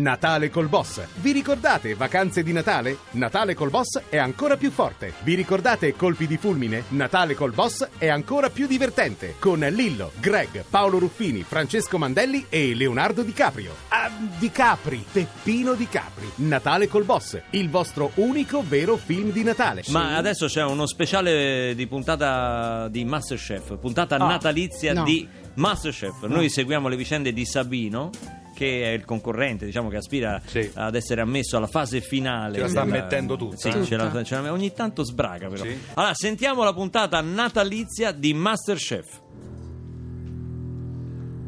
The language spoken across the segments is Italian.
Natale col boss. Vi ricordate vacanze di Natale? Natale col boss è ancora più forte. Vi ricordate colpi di fulmine? Natale col boss è ancora più divertente. Con Lillo, Greg, Paolo Ruffini, Francesco Mandelli e Leonardo Di Caprio. Ah, Di Capri, Peppino Di Capri. Natale col boss, il vostro unico vero film di Natale. Ma adesso c'è uno speciale di puntata di Masterchef, puntata Ah, natalizia no. di Masterchef. Noi seguiamo le vicende di Sabino che è il concorrente, diciamo che aspira Sì. ad essere ammesso alla fase finale. Ce la sta della- mettendo tutta. Sì, ce la- ce la- ogni tanto sbraga però. Sì. Allora, sentiamo la puntata natalizia di Masterchef.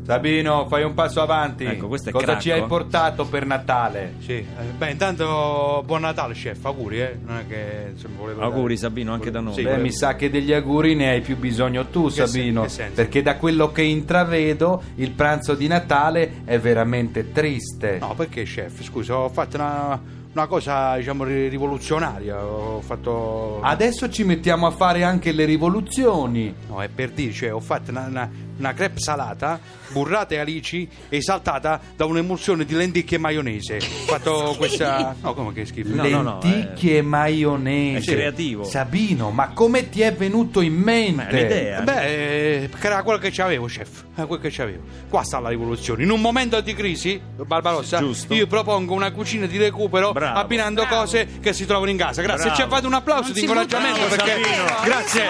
Sabino, fai un passo avanti. Ecco, questo è Cosa cracco, ci hai eh. portato per Natale? Sì, eh, beh, intanto buon Natale, chef, auguri, eh. Non è che se mi volevo Auguri dare- Sabino anche da noi. Sì. Beh, mi sa che degli auguri ne hai più bisogno tu, Che sen- Sabino. che senso? perché da quello che intravedo, il pranzo di Natale è veramente triste. No, perché chef? Scusa, ho fatto una, una cosa, diciamo, ri- rivoluzionaria. Ho fatto. Adesso ci mettiamo a fare anche le rivoluzioni. No, è per dire, cioè, ho fatto una, una, una crepe salata, burrata e alici e saltata da un'emulsione di lenticchie e maionese. Ho fatto questa. No, eh. come che schifo? Le- no, no, Lenticchie e maionese. è creativo. Sabino, ma come ti è venuto in mente? Ma è un'idea. Beh, eh, perché era quello che c'avevo, chef. Era quello che c'avevo. Qua sta la rivoluzione. In un momento di crisi, Barbarossa, Giusto. io propongo una cucina di recupero Bravo. abbinando cose che si trovano in casa. Grazie. Bravo. Ci fate un applauso Non di si incoraggiamento butta, perché Sabino. grazie.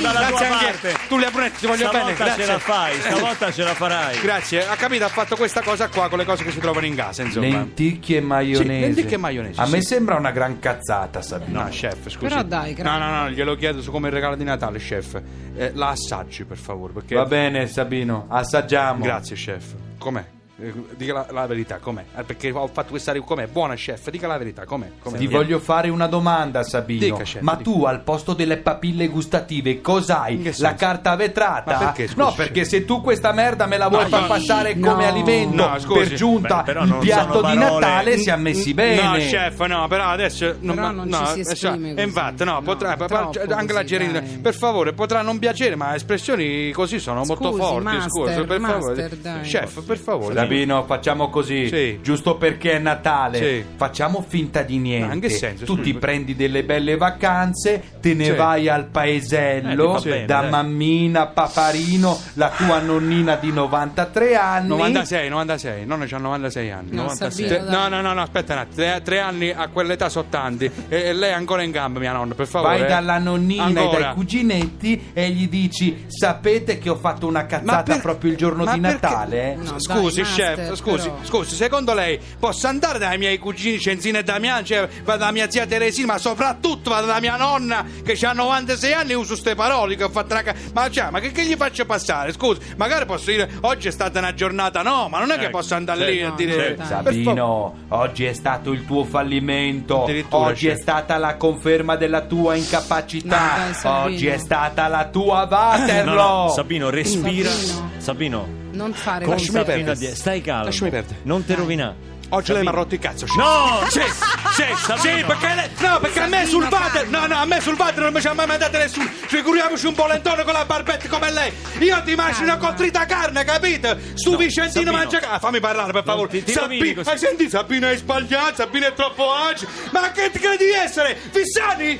Siamo d'accordo con te. grazie. grazie dalla tua anche parte. tu Brunetti, ti voglio stavolta bene. Grazie. ce la fai, stavolta ce la farai. Grazie. Ha capito, ha fatto questa cosa qua con le cose che si trovano in casa, insomma. Lenticchie e maionese. Sì, lenticchie e maionese, A me sì. sembra una gran cazzata, Sabino. No, chef, scusi. Però dai, no, grazie. no, no, glielo chiedo su come regalo di Natale, chef. Eh, la assaggi, per favore, perché Va bene, Sabino, assaggiamo. Grazie, chef. Com'è? Eh, Dica la, la verità, com'è? Eh, Perché ho fatto questa riv- com'è? Buona, chef, dica la verità, com'è? com'è? Ti voglio fare una domanda, Sabino. Dica, chef, Ma dica. tu al posto delle papille gustative, In cos'hai? che La senso? carta vetrata? Ma perché, scusi, no, chef? perché se tu questa merda me la vuoi far passare come no. alimento, No, scusi. per giunta Beh, però il non piatto sono di parole. Natale si è messi bene. Mm, No, chef, no, però adesso Però ma- non no, ci si eh, sa- esprime così. e infatti, no, No, potrà, pa- troppo pa- anche la così, gerina. dai. Per favore, potrà non piacere, ma espressioni così sono molto Scusi, forti, master, scusa, per favore. master, dai. Chef, per favore. Sabino, facciamo così, Sì. giusto perché è Natale, Sì. facciamo finta di niente. Ma in che senso, tu scusi, ti perché- prendi delle belle vacanze, te ne Sì. vai al Eh, paesello ti fa bene, da dai. mammina Paparino, la tua nonnina di 93 anni. 96, 96, nonno c'ha 96 anni. No, 96. Sabino, Te- dai. no, no, no, no, aspetta un attimo. Tre, tre anni a quell'età sono tanti. E, e lei è ancora in gamba, mia nonna, per favore. Vai eh. dalla nonnina e Ancora. dai cuginetti e gli dici: Sapete che ho fatto una cazzata per- proprio il giorno ma di perché- Natale? eh?" No, scusi, dai, chef, master, scusi, però. scusi, secondo lei posso andare dai miei cugini Cenzina e Damian, cioè vado dalla mia zia Teresina, ma soprattutto vado dalla mia nonna che ha 96 anni e uso ste parole che ho fatto una ca- Ma, cioè, ma che, che gli faccio passare? Scusi, magari posso dire oggi è stata una giornata, no, ma non è che Ecco, posso andare sì, lì no, a dire sì, Per favore. Sabino, oggi è stato il tuo fallimento, Addirittura, cioè. oggi è chef. stata la conferma della tua No, incapacità, dai, Sabino. oggi è stata la tua No, Waterloo. no, Sabino, respira. Sabino. Sabino. Non fare Con così. Lasciami Sabino perdere. Adie- Stai calmo. Lasciami perdere. Non te rovinare. Oggi lei mi ha rotto il cazzo, chef. No! Sì, sì, sì, perché, lei- no, perché a me sul water, no, no, a me sul water non mi ci ha mai mandato nessuno. Figuriamoci un polentone con la barbetta come lei. Io ti mangio una contrita carne, capito? Stu No, Vicentino Sabino. mangia carne. fammi parlare, per favore. ti- ti Sabi- rovini così. hai sentito? Sabino è sbagliato, Sabino è troppo agile. Ma che ti credi di essere? Fissani?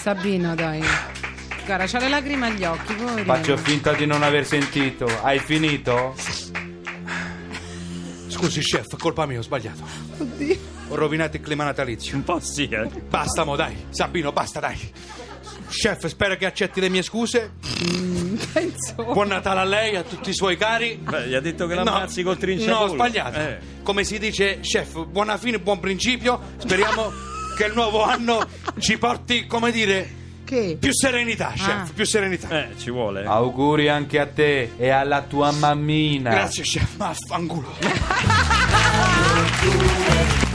Sabino, dai. Guarda, c'ha le lacrime agli occhi, poverino. Faccio finta di non aver sentito. Hai finito? Scusi, chef, colpa mia, ho sbagliato. Oddio. Ho rovinato il clima natalizio. Un po' sì, eh. Basta, mo, dai. Sabino, basta, dai. Chef, spero che accetti le mie scuse. Oh. Penso. Buon Natale a lei, a tutti i suoi cari. Beh, gli ha detto che l'ammazzi col trinciapolo. No, ho sbagliato. Eh. Come si dice, chef, buona fine, buon principio. Speriamo che il nuovo anno ci porti, come dire, Che? più serenità, chef, Ah. più serenità. Eh, ci vuole. Auguri anche a te e alla tua mammina. Grazie, chef, ma affanculo.